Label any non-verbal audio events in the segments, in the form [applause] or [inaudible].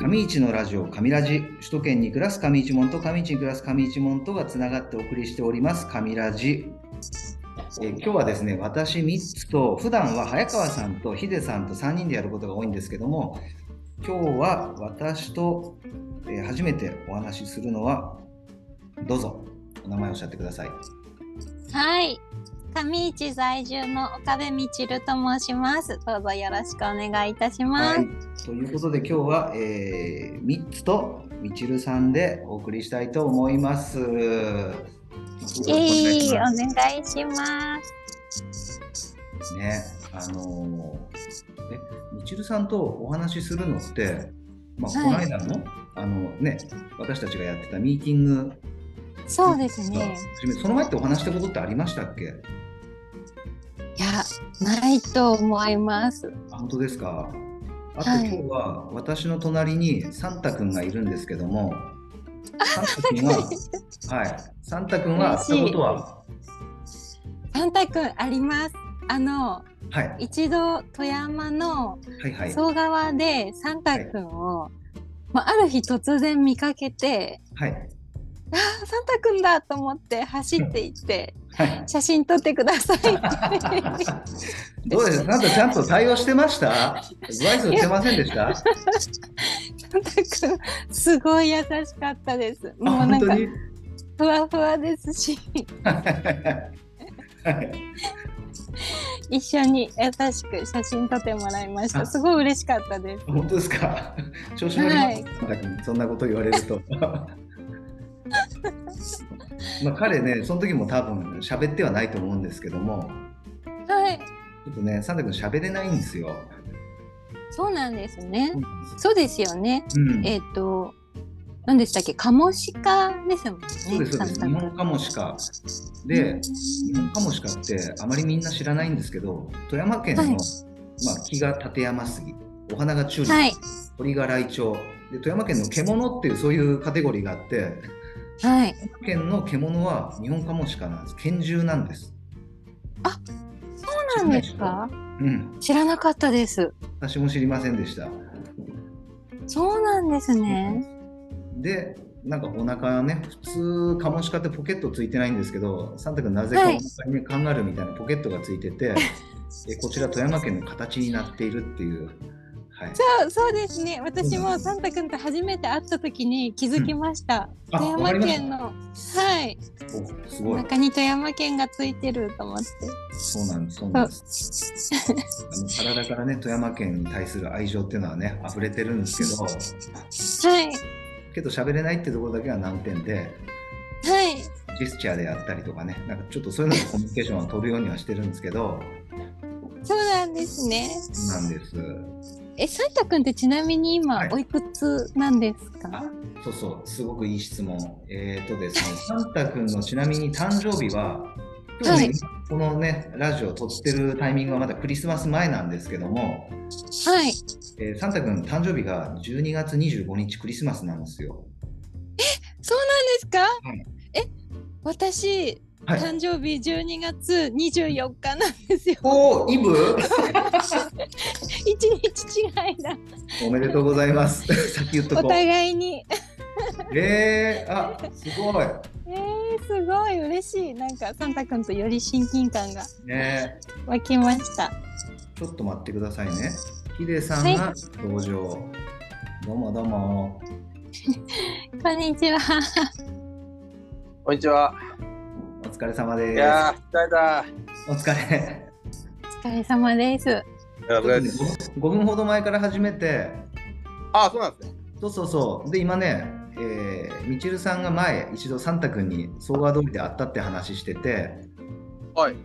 上市のラジオ上ラジ首都圏に暮らす上市門と上市に暮らす上市門とがつながってお送りしております上ラジえー今日はですね私3つと普段は早川さんとヒデさんと3人でやることが多いんですけども今日は私と、えー初めてお話しするのはどうぞお名前をおっしゃってくださいはい。上市在住の岡部みちると申します。どうぞよろしくお願いいたします。はい、ということで今日は、えー、ミッツとみちるさんでお送りしたいと思います。よろしくお願えいいしおます願いします。ね、あのーえみちるさんとお話しするのって、まあ、このはい間の,、あのね私たちがやってたミーティングそうですが、ね。初めその前ってお話したことってありましたっけいや、ないと思います。あ本当ですかあとは今い日は私の隣にサンタくんがいるんですけども、サンタくんは、はい、サンタくんは嬉しい会ったことは、サンタくんあります。あのはい、一度富山のはいはい。総川でサンタくんを、まあ、ある日突然見かけて、はい。あーサンタくんだと思って走って行ってはい。写真撮ってくださいって。 [laughs] どうですなんかちゃんと対応してましたご挨拶してませんでしたサンタくんすごい優しかったです。あもう本なん当かに [laughs] ふわふわですし、 [laughs] はい一緒に優しく写真撮ってもらいましあた。すごい嬉しかったです。本当ですか調子乗ります、なんかそんなこと言われると。 [laughs] まあ彼ね、その時も多分喋ってはないと思うんですけども、はい、ちょっとね、サンタ君喋れないんですよ。そうなんですねう。んそうですよね。うん、えっ、と、何でしたっけ、カモシカですもんね。そうです、そうです。サ日ンタ君本カモシカ。で、日うん本カモシカってあまりみんな知らないんですけど富山県の、はいまあ、木が立山杉お花がチューリップ、はい、鳥がライチョウで富山県の獣っていうそういうカテゴリーがあってはい、富山県の獣は日本カモシカなんです拳銃なんです。そうなんですか。うん、知らなかったです。私も知りませんでした。そうなんですね。でなんかお腹ね普通カモシカってポケットついてないんですけどサンタ君なぜかはいお腹にねカンガルーみたいなポケットがついて [laughs] て、でこちら富山県の形になっているっていう。はい、そう、そうですね。私もサンタ君と初めて会った時に気づきました。あ富わかり山ました県の。はい。おすごい。中に富山県がついてると思って。そうなんです。そうなんです。あの体からね、富山県に対する愛情っていうのはね、溢れてるんですけど、 [laughs] はい。けど喋れないってところだけは難点で、はい。ジェスチャーであったりとかね、なんかちょっとそういうのでコミュニケーションは取るようにはしてるんですけど、そうなんですね。そうなんです。え、サンタ君ってちなみには今いおいくつなんですか。あそうそう、すごくいい質問。えっ、とですね、サンタ君のちなみに誕生日は、今日ね、このね、ラジオを撮ってるタイミングはまだクリスマス前なんですけども、はい。えーサンタ君の誕生日が12月25日クリスマスなんですよ。そうなんですか。いえ、私、はい、誕生日12月24日なんですよ。 [laughs] おーイブ一日違いだ。おめでとうございます。 [laughs] 先言っとおこう。互いに。 [laughs] えー、あすごい。えー、すごい嬉しい。なんかサンタ君とより親近感がね湧きました。ちょっと待ってくださいね。ヒデさんが登場。どうもどうも。こんにちは。こんにちは。お疲れ様でいやー、疲れた。す。お疲れ。お疲れ様です。お疲れです。 5分ほど前から始めて、あ、そうなんですね。そうそうそう。で、今ね、えー、みちるさんが前、一度サンタ君に総合通りで会ったって話してて、はい。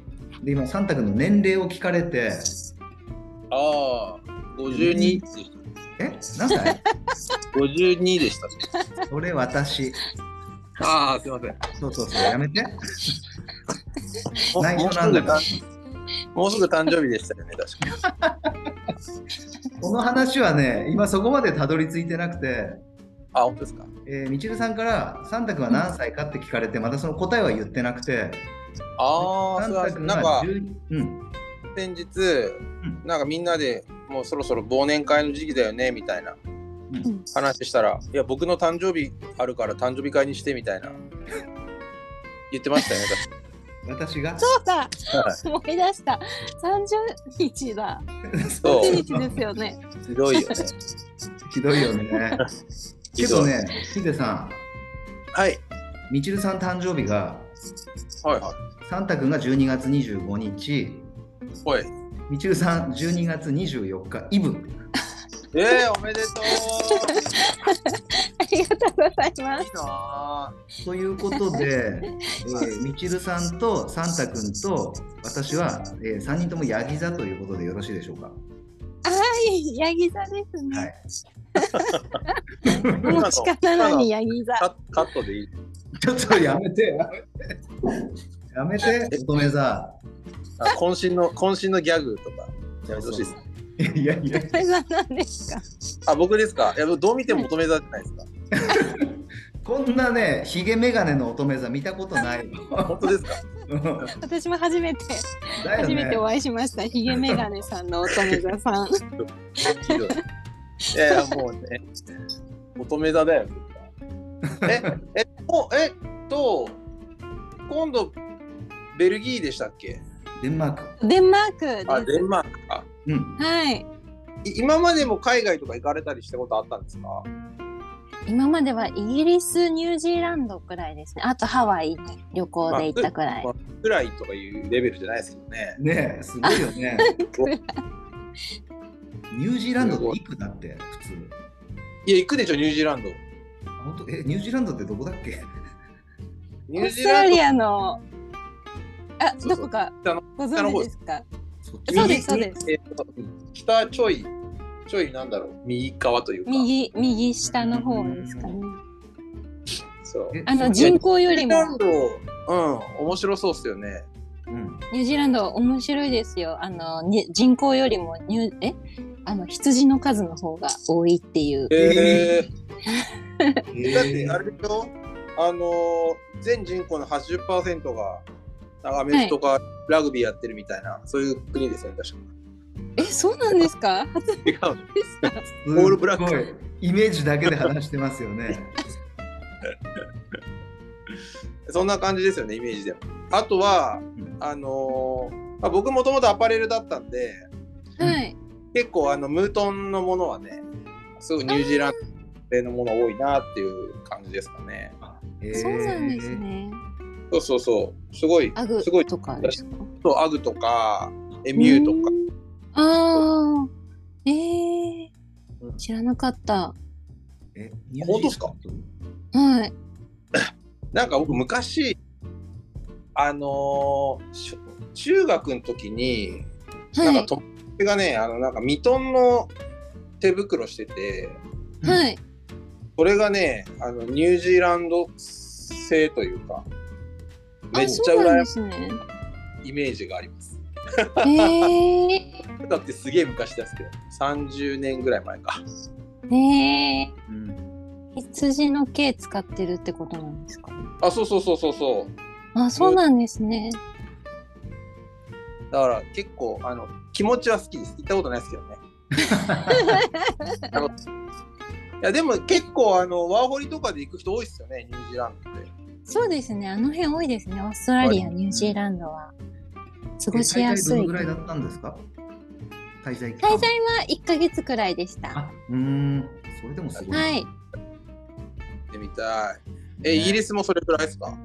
で、今、サンタ君の年齢を聞かれて、ああ、五十二でしえ何歳た。五十二でした、ね。それ私。ああ、すみません。そうそうそう、やめて。も内緒うすなんぐだから誕もうすぐ誕生日でしたよね、確かこの話はね、今そこまでたどり着いてなくて、 [laughs] あ、本当ですか。えー、みちるさんから、サンタ君は何歳かって聞かれて、またその答えは言ってなくて、ああ、サンそうなんタです君ながんか、 10うん、先日、なんかみんなでもうそろそろ忘年会の時期だよねみたいなうん話したら、いや、僕の誕生日あるから誕生日会にしてみ [laughs] たいな。言ってましたよね私がそうだ確か。思い出した三十日だそう30日ですよねひどいよね。 [laughs] ひどいよ [laughs] ね。けどね、ヒデさん、はい。みちるさん誕生日が、はいはサンタ君が12月25日、い。はい。みちるさん12月24日、イブ。えー、おめでとう。ありがとうございまいいなということ [laughs] で、えーみちるさんとサンタ君と私は、え3人ともヤギ座ということでよろしいでしょうか。すはいヤギ座ですね、はい。もう仕方ないヤギ座あカカットでいい。ちょっとやめて、やめて。やめて、乙女座。あ渾身の渾身のギャグとかやめてほしいです。いやいや、ヤギ座なんですかあ、僕ですか。いや、どう見ても乙女座じゃないですか。こんなね、ひげメガネの乙女座見たことないわ。本当ですか。うん私も初めてだよ初めねて。お会いしましたヒゲメガネさんの乙女座さん [laughs] ひどい。いやいやもうね、乙女座だよ。僕はえ、えっと、えっと、今度ベルギーでしたっけ？デンマーク。デンマークあ、ですデンマークか。うん。はいい今までも海外とか行かれたりしたことあったんですか？今まではイギリスニュージーランドくらいですねあとハワイ旅行で行ったくらいまあくらいとかいうレベルじゃないですけどね。ねえ、すごいよ [laughs] ね。くらニュージーランドっていくだって、普通。いや行くでしょニュージーランド。あ本当え、ニュージーランドってどこだっけニオューースジトーラランドリアのあそうそうどこか北のご存知ですかそっちそうですそうですす。えっと北ちょいちょいなんだろう右側というか。右右下の方ですかねそう。えあのそう人口よりもニュージーランドうん面白そうっすよね。うんニュージーランド面白いですよあのに人口よりもニューえあの羊の数の方が多いっていうえへー、えだってあれでしょあのー全人口の80%がアメフトかラグビーやってるみたいな、そういう国ですよね確えそうなんですか初でか。違うのすかすっオールブラックごいイメージだけで話してますよね。そんな感じですよねイメージでも。あとはんあのーまあ、僕もともとアパレルだったんではい結構あのムートンのものはねすごいニュージーランド製のもの多いなっていう感じですかね。へえ [laughs] そうなんです。ねそうそうそうすごいアグすごいとかですかそうアグとかエミューとか。かあーえうー、ん知らなかったえニュ本当っすかージーランはいなんか僕昔あのーしょ中学の時に、はなんいか友達がねあのなんかミトンの手袋しててはいそれがねあのニュージーランド製というかめっあちそゃうなん羨でますねいイメージがあります。えーだってすげえ昔ですけど30年ぐらい前か。ねえドうん羊の毛使ってるってことなんですかねあそうそうそうそうそうあそうなんですねだから結構あの気持ちは好きです行ったことないですけど [laughs] ね。いやでも結構あのワーホリとかで行く人多いですよねニュージーランドって。そうですねあの辺多いですねオーストラリアニュージーランドは過ごしやすえ大体どのい滞ぐらい在だはったんですか滞在期間。 1ヶ月くらいでしたあうーん、それでもすごい。はい行ってみたい。え、イギリスもそれくらいですか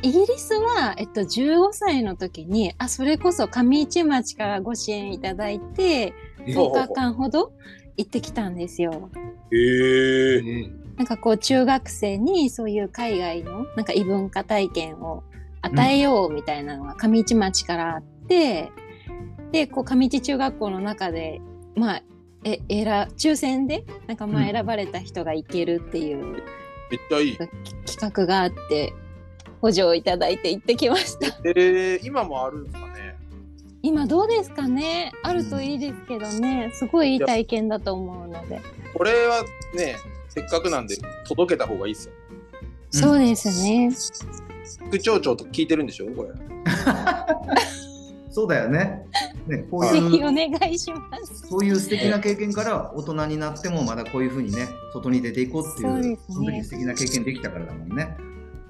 イギリスは、えっと、15歳の時にあそれこそ上市町からご支援いただいてえそう10日間ほど行ってきたんですよ。へええーなんかこう中学生にそういう海外のなんか異文化体験を与えようみたいなのが上市町からあって、でこう上市中学校の中でまあえ選抽選でなんかまあうん選ばれた人が行けるっていうめっちゃいい。き企画があって補助をいただいて行ってきました。 [laughs] えー、今もあるんですかね今どうですかねあるといいですけどねすごいいい体験だと思うので、これはね、せっかくなんで届けた方がいいですよ。そうですね副町長と聞いてるんでしょこれ。そうだよね。ね、こうぜいひうお願いします。そういう素敵な経験から大人になってもまだこういうふうにね外に出ていこうっていうそそうですねの時素敵な経験できたからだもんね。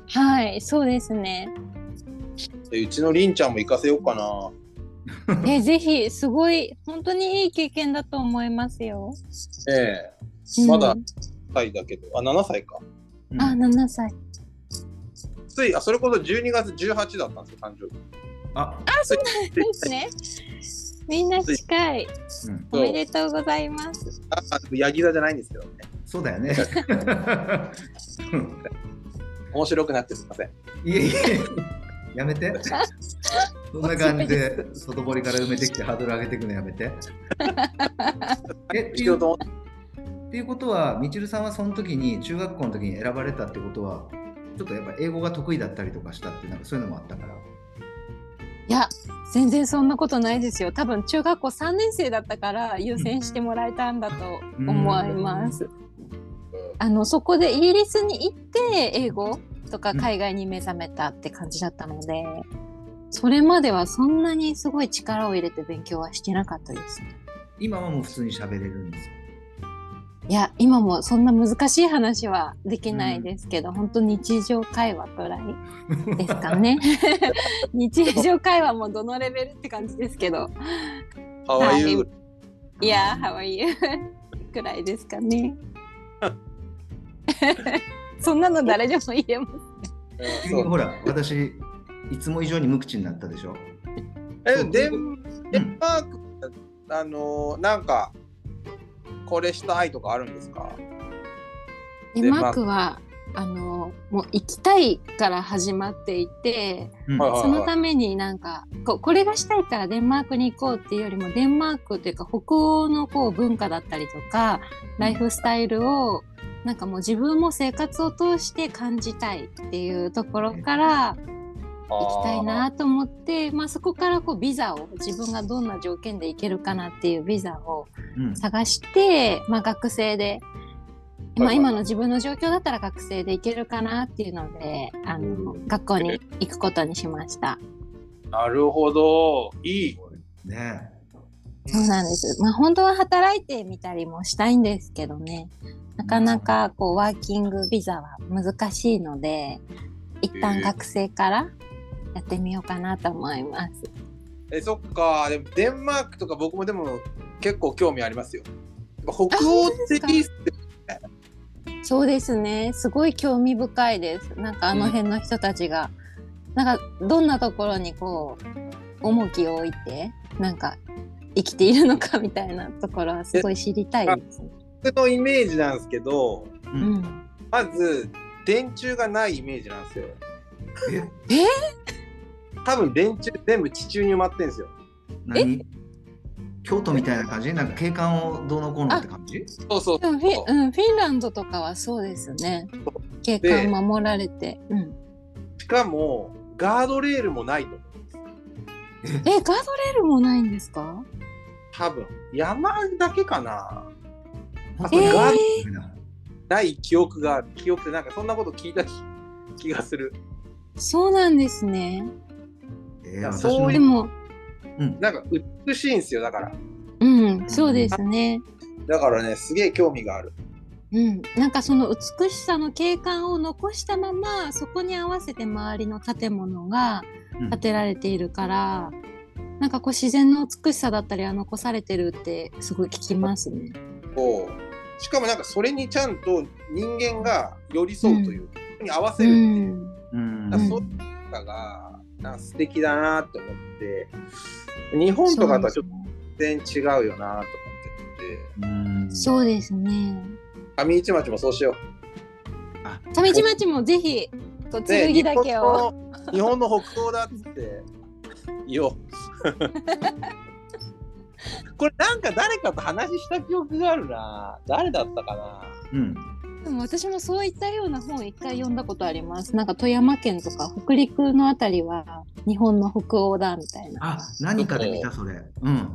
はい、そうですね。うちのりんちゃんも行かせようかな。え、ぜひ、すごい、本当にいい経験だと思いますよ。ええうんまだ7歳だけど、あ、7歳か。うんあ、7歳。つい、あ、それこそ12月18だったんですよ、誕生日。あですね。みんな近い。うんおめでとうございます。あ、ヤギ座じゃないんですけどね。そうだよ [laughs] ね。面白くなってすいません。いえいえ、やめ [laughs] て。そんな感じで外堀から埋めてきてハードル上げていくのやめて。えって必いう要っと思ってていうことは、みちるさんはその時に中学校の時に選ばれたってことは、ちょっとやっぱ英語が得意だったりとかしたっていうなんかそういうのもあったから。いや、全然そんなことないですよ。多分、中学校3年生だったから優先してもらえたんだと思います。あの、そこでイギリスに行って、英語とか海外に目覚めたって感じだったので、それまではそんなにすごい力を入れて勉強はしてなかったですね。今はもう普通に喋れるんですよ。いや今もそんな難しい話はできないですけど、本当日常会話くらいですかね日常会話もどのレベルって感じですけどハワイユーいやーハワイくらいですかねそんなの誰でも言えますえ急にほら、私、いつも以上に無口になったでしょ。えデンデンマーク、あのーなんかこれしたいとかあるんですかデンマークはあのもう行きたいから始まっていてうんはいそのためになんかここれがしたいからデンマークに行こうっていうよりもデンマークというか北欧のこう文化だったりとかライフスタイルをなんかもう自分も生活を通して感じたいっていうところから行きたいなと思ってまあ、そこからこうビザを自分がどんな条件で行けるかなっていうビザをうん探して、まあ、学生で、まあ、はいはい今の自分の状況だったら学生で行けるかなっていうのであの学校に行くことにしました。なるほどいいねそうなんです。まあ本当は働いてみたりもしたいんですけどね。なかなかこうワーキングビザは難しいので、一え旦ー学生からやってみようかなと思います。えそっかでもデンマークとか僕もでも結構興味ありますよやっぱ北欧っていいっすよそうですね。すごい興味深いです。なんかあの辺の人たちが、なんかどんなところにこう重きを置いて、なんか生きているのかみたいなところはすごい知りたいですね。僕のイメージなんですけどううんん。まず電柱がないイメージなんですよえ多分電柱全部地中に埋まってんですよ何京都みたいな感じなんか景観をどうのこうのって感じそうそうでもフィ,、うん、フィンランドとかはそうですね。景観守られて。うん、しかもガードレールもないと思うんですえ、ガードレールもないんですか多分山だけかなあえとえーガードなない記憶がある記憶ってなんかそんなこと聞いた気気がするそうなんですね。えいー、や私そうもでも、うん、なんか美しいんですよだからうん、そうですね。だからねすげえ興味があるうん、なんかその美しさの景観を残したままそこに合わせて周りの建物がうん建てられているから、なんかこう自然の美しさだったりは残されてるってすごい聞きますね。こうしかもなんかそれにちゃんと人間が寄り添うという、それに合わせうるっていう、ん、うんだからそういうのがなんか素敵だなって思って日本とかとはちょっと全然違うよなと思っててうんそうですね。上市町もそうしよう鮫島町もぜひこう剣だけを。日本の日本の [laughs] 北東だっつって言お [laughs] うこれなんか誰かと話した記憶があるな誰だったかなうんでも私もそういったような本を一回読んだことあります。なんか富山県とか北陸のあたりは日本の北欧だみたいな。あ何かで見たそれうん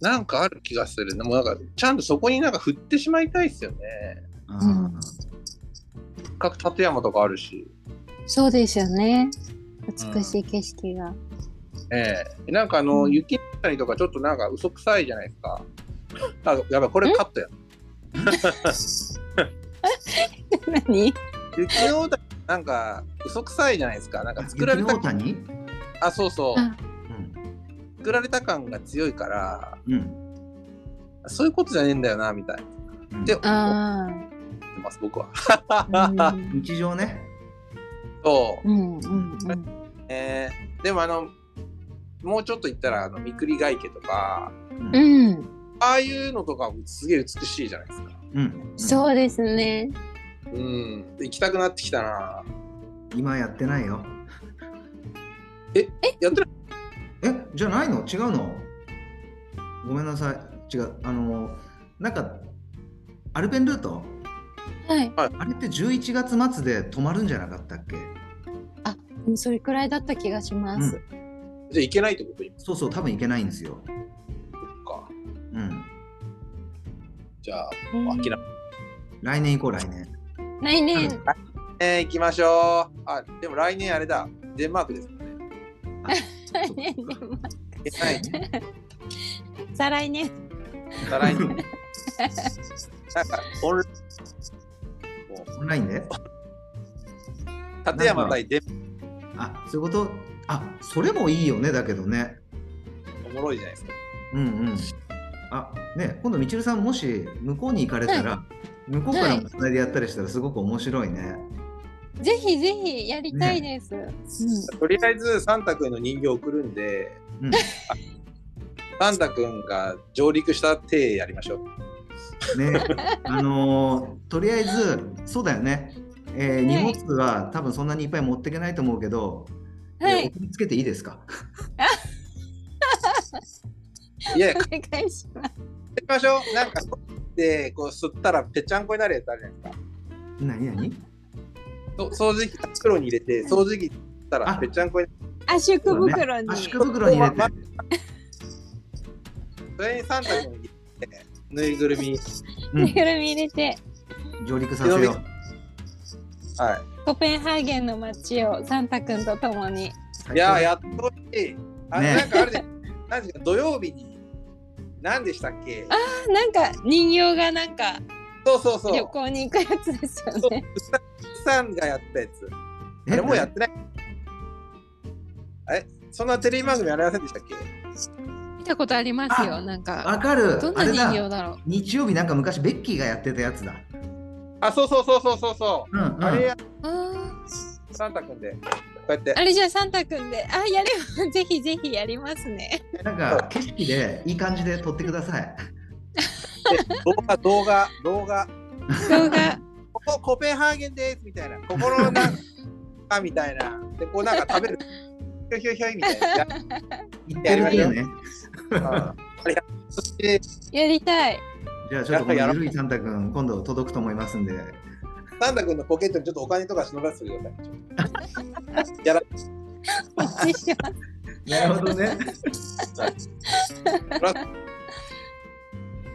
なんかある気がするでもなんかちゃんとそこになんか振ってしまいたいですよねあうんせっかく立山とかあるしそうですよね。美しい景色が。えええなんかあの、うん雪降ったりとかちょっとなんか嘘くさいじゃないですか。あやばいこれカットや。何雪の歌なんか嘘くさいじゃないですか。なんか作られ雪たの大谷あそうそうあ作られた感が強いからうん。うんそういうことじゃねえんだよなみたいな思うんであってます僕は。 [laughs] あ。日常ね。そううんうんうんうん。ええでもあのもうちょっと言ったらあのみくりが池とかうんうん、ああいうのとかもすげえ美しいじゃないですか。うんうそうですね。うん行きたくなってきたな。ん。今やってないよ。やってるえじゃないの違うのごめんなさい違うあのなんかアルペンルートはい。あれって11月末で止まるんじゃなかったっけうんそれくらいだった気がします。じゃあ行けないってこと今そうそう多分行けないんですよか。うんじゃあうん諦め来年行こう来年来年。えー、行きましょう。あ、でも来年あれだ。デンマークですもんね。あそ来っ年かでもえはい。再来年。再来年。なんか、オンライン。も [laughs] う、オンラインで立山対デンあそういうことあそれもいいよねだけどねマークおもろいじゃないですか。うんうんあね今度みちるさんもし向こうに行かれたら、向こうからもつないでやったりしたらすごく面白いね、ぜひぜひやりたいです。うとりあえず、サンタ君の人形送るんで、うんサンタ君が上陸した手やりましょう。ね、 [laughs] あのーとりあえずそうだよね、えーはい荷物は多分そんなにいっぱい持っていけないと思うけど、ん。はえーい。送りつけていいですかいやいや、お買っ願いします。てきましょう。なんか、で、こう、吸ったらぺちゃんこになるやつあるじゃないですか。何何そ掃除機、袋に入れて、掃除機吸ったらぺちゃんこになる。圧縮袋に。ね、圧縮袋に入れてまそれにサンタ君に入れて、ぬいぐるみ。う [laughs] ぬいんぐるみ入れて、 [laughs] 上陸させよはい。コペンハーゲンの街をサンタ君と共に。ういやーやっといい。あ、ねなんかあれで、 [laughs] なんですか土曜日に何でしたっけ？あなんか人形がなんかそうそうそう。旅行に行くやつですよね。うささんがやったやつ。えあれもうやってない。え、そんなテレビ番組ありませんでしたっけ？見たことありますあよ。なんかわかるどんあれな人形だだろう。日曜日なんか昔ベッキーがやってたやつだあ、そうそうそうそうそうそうんうんう。あれやあサンタ君でこうやってーあれじゃあサンタ君で、あやれば [laughs] ぜひぜひやりますね。なんか景色でいい感じで撮ってください動画動画動画 [laughs] 動画ここコペンハーゲンですみたいな心のなんかみたいなでこうなんか食べるひょひょひょいみたいな [laughs] や行ってるよねつ。うんあれやそしてやりた [laughs] い。じゃあちょっとこのやっぱやらゆるいサンタくん今度届くと思いますんでサンタ君のポケットにちょっとお金とか忍ばせてください。ちょっとやらお待ちしてます。なるほどね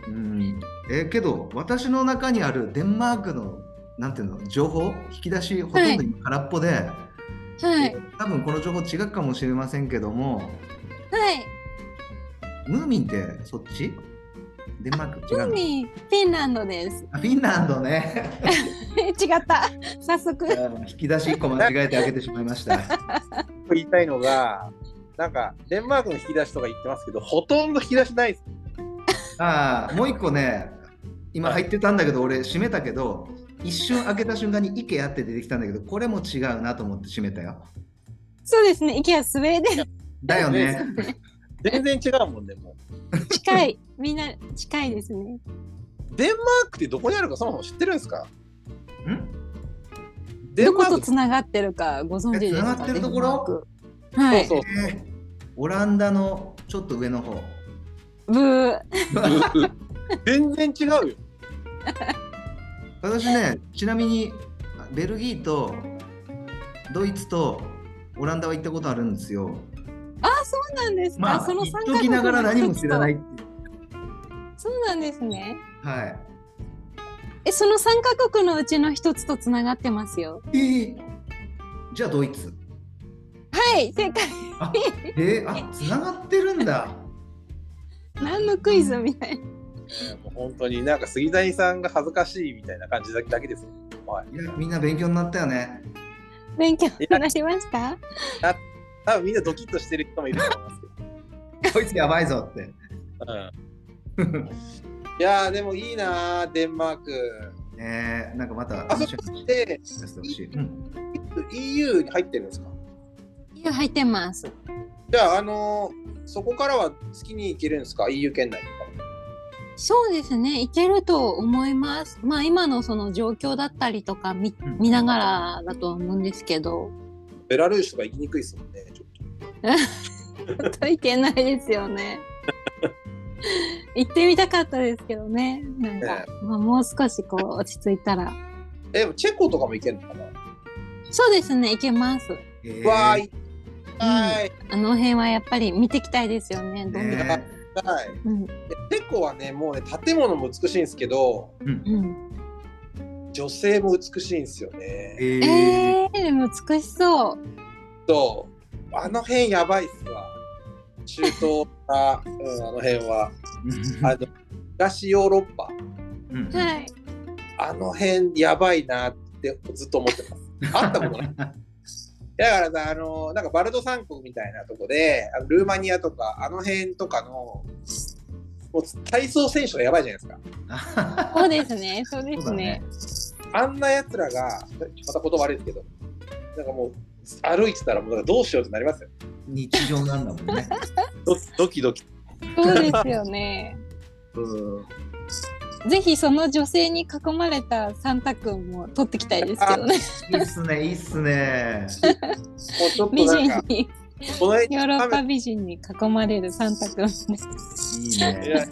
うん、えーけど私の中にあるデンマークのなんていうの情報引き出しほとんど今空っぽで、はい多分この情報違うかもしれませんけどもはい。ムーミンってそっちデンマーク違うの海フィンランドです。あフィンランドね [laughs] 違った。早速。あの引き出し1個間違えて開けてしまいました言いたいのが、なんかデンマークの引き出しとか言ってますけど、ほとんど引き出しないです。ああもう1個ね今は入いってたんだけど俺閉めたけど一瞬開けた瞬間に IKEA って出てきたんだけどこれも違うなと思って閉めたよそうですね。池はスウェーデだよね全然違うもんね、もン近い。みんな近いですね。う。デンマークってどこにあるかそもそも知ってるんですかんデどンマこーとクつながってるかご存知ですか。つながってるところデンマーク。はい。そうえーオランダのちょっと上の方ブー。そう。 [laughs] 全然違うよ。私ねちなみにあベルギーとドイツとオランダは行ったことあるんですよあ、そうなんですか。まあその言三っカとき国のながら何も知らない一っつていと。そうなんですね。うはいえ、その三カ国のうちの一つとつながってますよ。えーじゃあドイツあはい、正解。あ、えー、あ、つながってるんだ。何のクイズみたいな。もう本当になんか杉谷さんが恥ずかしいみたいな感じだけですよ。はい。いや、みんな勉強になったよね。勉強になりました多分みんなドキッとしてる人もいると思いますけど。こいつやばいぞって。うん。いやーでもいいなーデンマーク。ねえ、なんかまたあそ話をこってさせてほしい。うん。 EU に入ってるんですかいや、入ってます。じゃあ、あのーそこからは好きに行けるんですか ?EU 圏内とか。そうですね、いけると思います。まあ、今のその状況だったりとか見うん見ながらだとは思うんですけど、ベラルーシとか行きにくいですもんね。ちょっとちょっといけないですよね。行ってみたかったですけどね、なんか、まあ、もう少しこう落ち着いたら。え、でもチェコとかも行けるのかな、そうですね、行けます。えーわー、行きたい。あの辺はやっぱり見てきたいですよね、どんな。ね行きたいうん、でチェコはね、もうね、建物も美しいんですけど、うん。うん。女性も美しいんですよね。えー、えー、でも美しそう。と、あの辺やばいっすわ。中東か、うん、あの辺 [laughs] は。あの、東ヨーロッパ。うんはい。あの辺やばいなってずっと思ってます。あった [laughs] ことない。だからさ、あのなんかバルト三国みたいなとこで、あのルーマニアとか、あの辺とかの、もう体操選手がやばいじゃないですか。そうですね、そうでそうすだねね。。あんなやつらが、また言葉悪いですけど、なんかもう、歩いてたらもうなんかどうしようってなりますよ。日常なんだもんね。ドドキドキ。そうですよね。うん。ぜひその女性に囲まれたサンタ君も取ってきたいですけどね。いいっすね、いいっすね。もうちょっと美なん人か、に、この辺ヨーロッパ美人に囲まれるサンタ君です。いいいやね。いいでも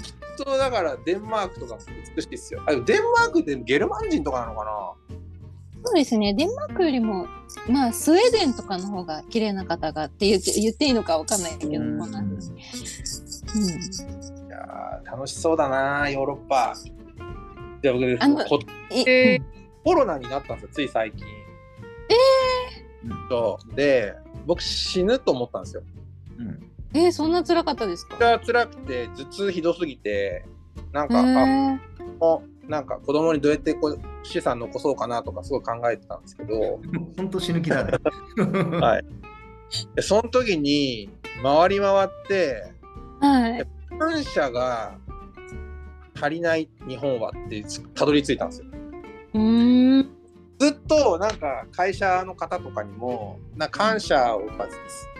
きっとだからデンマークとかも美しいですよ。あでもデンマークってゲルマン人とかなのかなそうですね、デンマークよりも、まあ、スウェーデンとかの方が綺麗な方がって言って言っていいのかわかんないけど、うんまあうんいやー楽しそうだなヨーロッパ。で僕あのこえコロナになったんですよつい最近。えーそうで僕死ぬと思ったんですよ。うんえーそんな辛かったですかそれは辛くて頭痛ひどすぎてなんえか、あーもうなんか子供にどうやってこう資産残そうかなとかすごい考えてたんですけど。本当死ぬ気だね。はいでその時に回り回ってはい、感謝が足りない日本はってたどり着いたんですよ。うーんずっとなんか会社の方とかにもなんか感謝を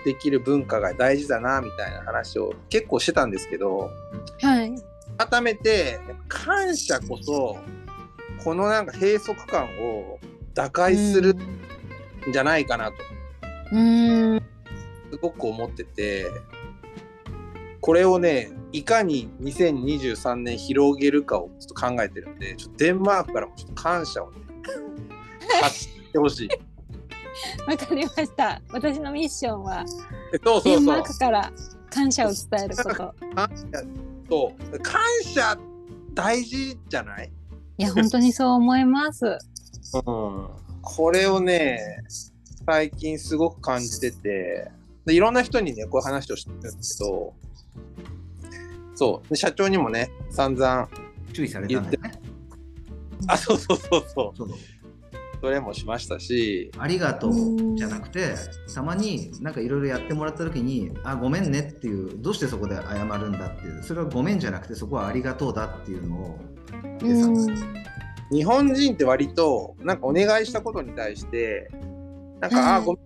できる文化が大事だなみたいな話を結構してたんですけどはい改めて感謝こそこのなんか閉塞感を打開するんじゃないかなとうんうんすごく思っててこれをねいかに2023年広げるかをちょっと考えてるんでちょっとデンマークからもちょっと感謝を [laughs] ね発してほしい。わかりました私のミッションはそうそデうンそマうークから感謝を伝える [laughs] こと感謝そう感謝大事じゃない、いや本当にそう思いますこれをね最近すごく感じててでいろんな人にねこういう話をしてるんですけどそうで社長にもね散々 [laughs] 注意されたんだよね。あそうそうそうそそううそれもしましたしありがとうじゃなくて、たまになんかいろいろやってもらった時に、あ、ごめんねっていう、どうしてそこで謝るんだっていう、それはごめんじゃなくて、そこはありがとうだっていうのを、でさうん日本人って割となんかお願いしたことに対してなんか、あはいごめ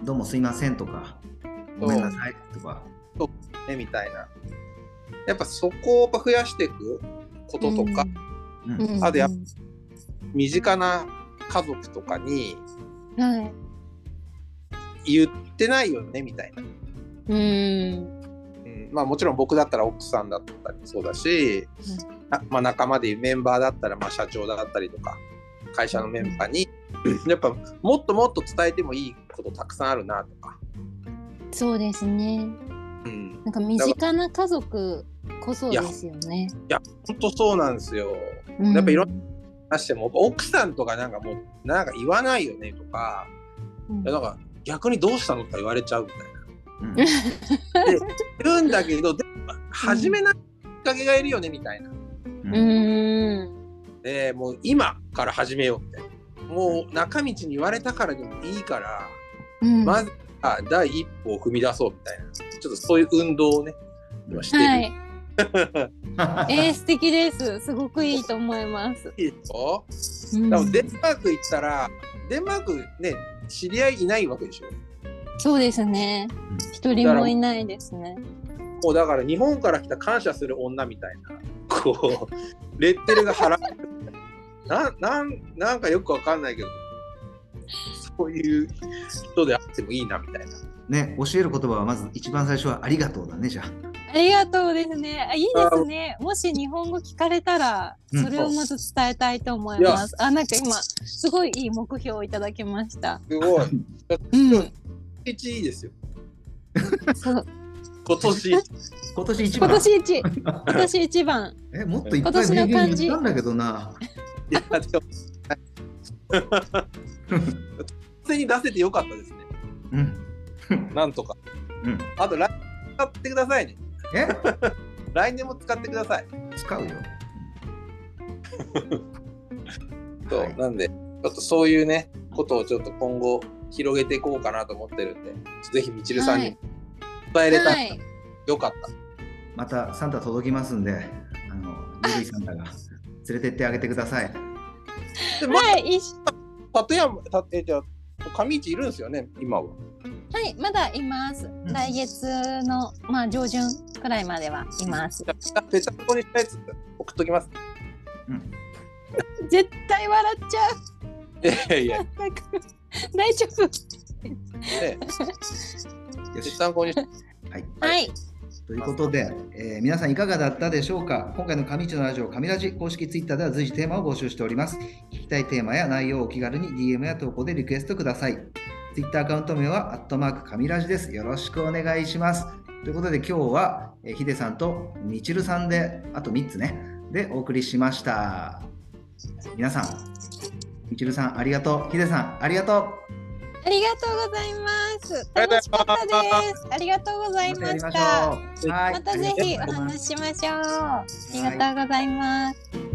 んどうもすいませんとか、ごめんなさいとか、ねみたいなやっぱそこを増やしていくこととか、うんうんあとやっ身近な家族とかにはい言ってないよねみたいな、うんうんまあもちろん僕だったら奥さんだったりもそうだし、あまあ、仲間でメンバーだったらまあ社長だったりとか会社のメンバーに、やっぱもっともっと伝えてもいいことたくさんあるなとか、そうですねうん、なんか身近な家族こそですよね本当そうなんですよ、うんやっぱいろん話しても奥さんとかなんかもうなんか言わないよねとかうんなんか逆にどうしたのとか言われちゃうみたいな。うん言うんだけどでも始めないきっかけがいるよねみたいな。うんうーんでもう今から始めようみたいな。もう中道に言われたからでもいいから、うんまずは第一歩を踏み出そうみたいなちょっとそういう運動をね今してる。はい、えー、素敵です。すごくいいと思います。いいでしょうんでもデンマーク行ったらデンマークね知り合いいないわけでしょそうですね。一人もいないですね。もうだから日本から来た感謝する女みたいなこうレッテルが払うななんなんかよくわかんないけどそういう人であってもいいなみたいな [laughs] ね、教える言葉はまず一番最初はありがとうだね、じゃあ。ありがとうですね。あいいですね。もし日本語聞かれたら、うんそれをまず伝えたいと思います。あ、なんか今、すごいいい目標をいただきました。すごい [laughs] うん。一位ですよそう今年今年一今番。年一、今年一 [laughs] 番。え、もっといっぱい今年の名言漢字言ったんだけどな。いやでも普通に出せてよかったですね [laughs] うん。なんとかうん。あと来年使ってくださいねえ、来年も使ってください使うよ。 [laughs] そう、はいなんでちょっとそういうねことをちょっと今後広げていこうかなと思ってるんでぜひみちるさはんにい伝えれたらはい。よかった、またサンタ届きますんで、あの、ゆるいサンタが連れてってあげてください。でまはい、いし立山たえじゃあ上市いるんですよね今ははい、まだいます。来月の、まあ、上旬くらいまではいます。じゃあペタコにしたやつ送っときますうん。絶対笑っちゃう。 [laughs] いやいやなんか大丈夫。ねよペし。タコにしはい。はい。ということで、えー皆さんいかがだったでしょうか今回の上市のラジオ、上ラジ公式ツイッターでは随時テーマを募集しております。聞きたいテーマや内容をお気軽に DM や投稿でリクエストください。ツイッターアカウント名は、アットマーク上ラジです。よろしくお願いします。ということで今日は、えーヒデさんとみちるさんで、あと3つね、でお送りしました。皆さん、みちるさんありがとう。ヒデさんありがとありがとうございます。ありが楽としうごかざっいまたすです。ありがとうござう。いまやりし。ましたょう。はい。またぜひお話ししましょう。ありがとうございます。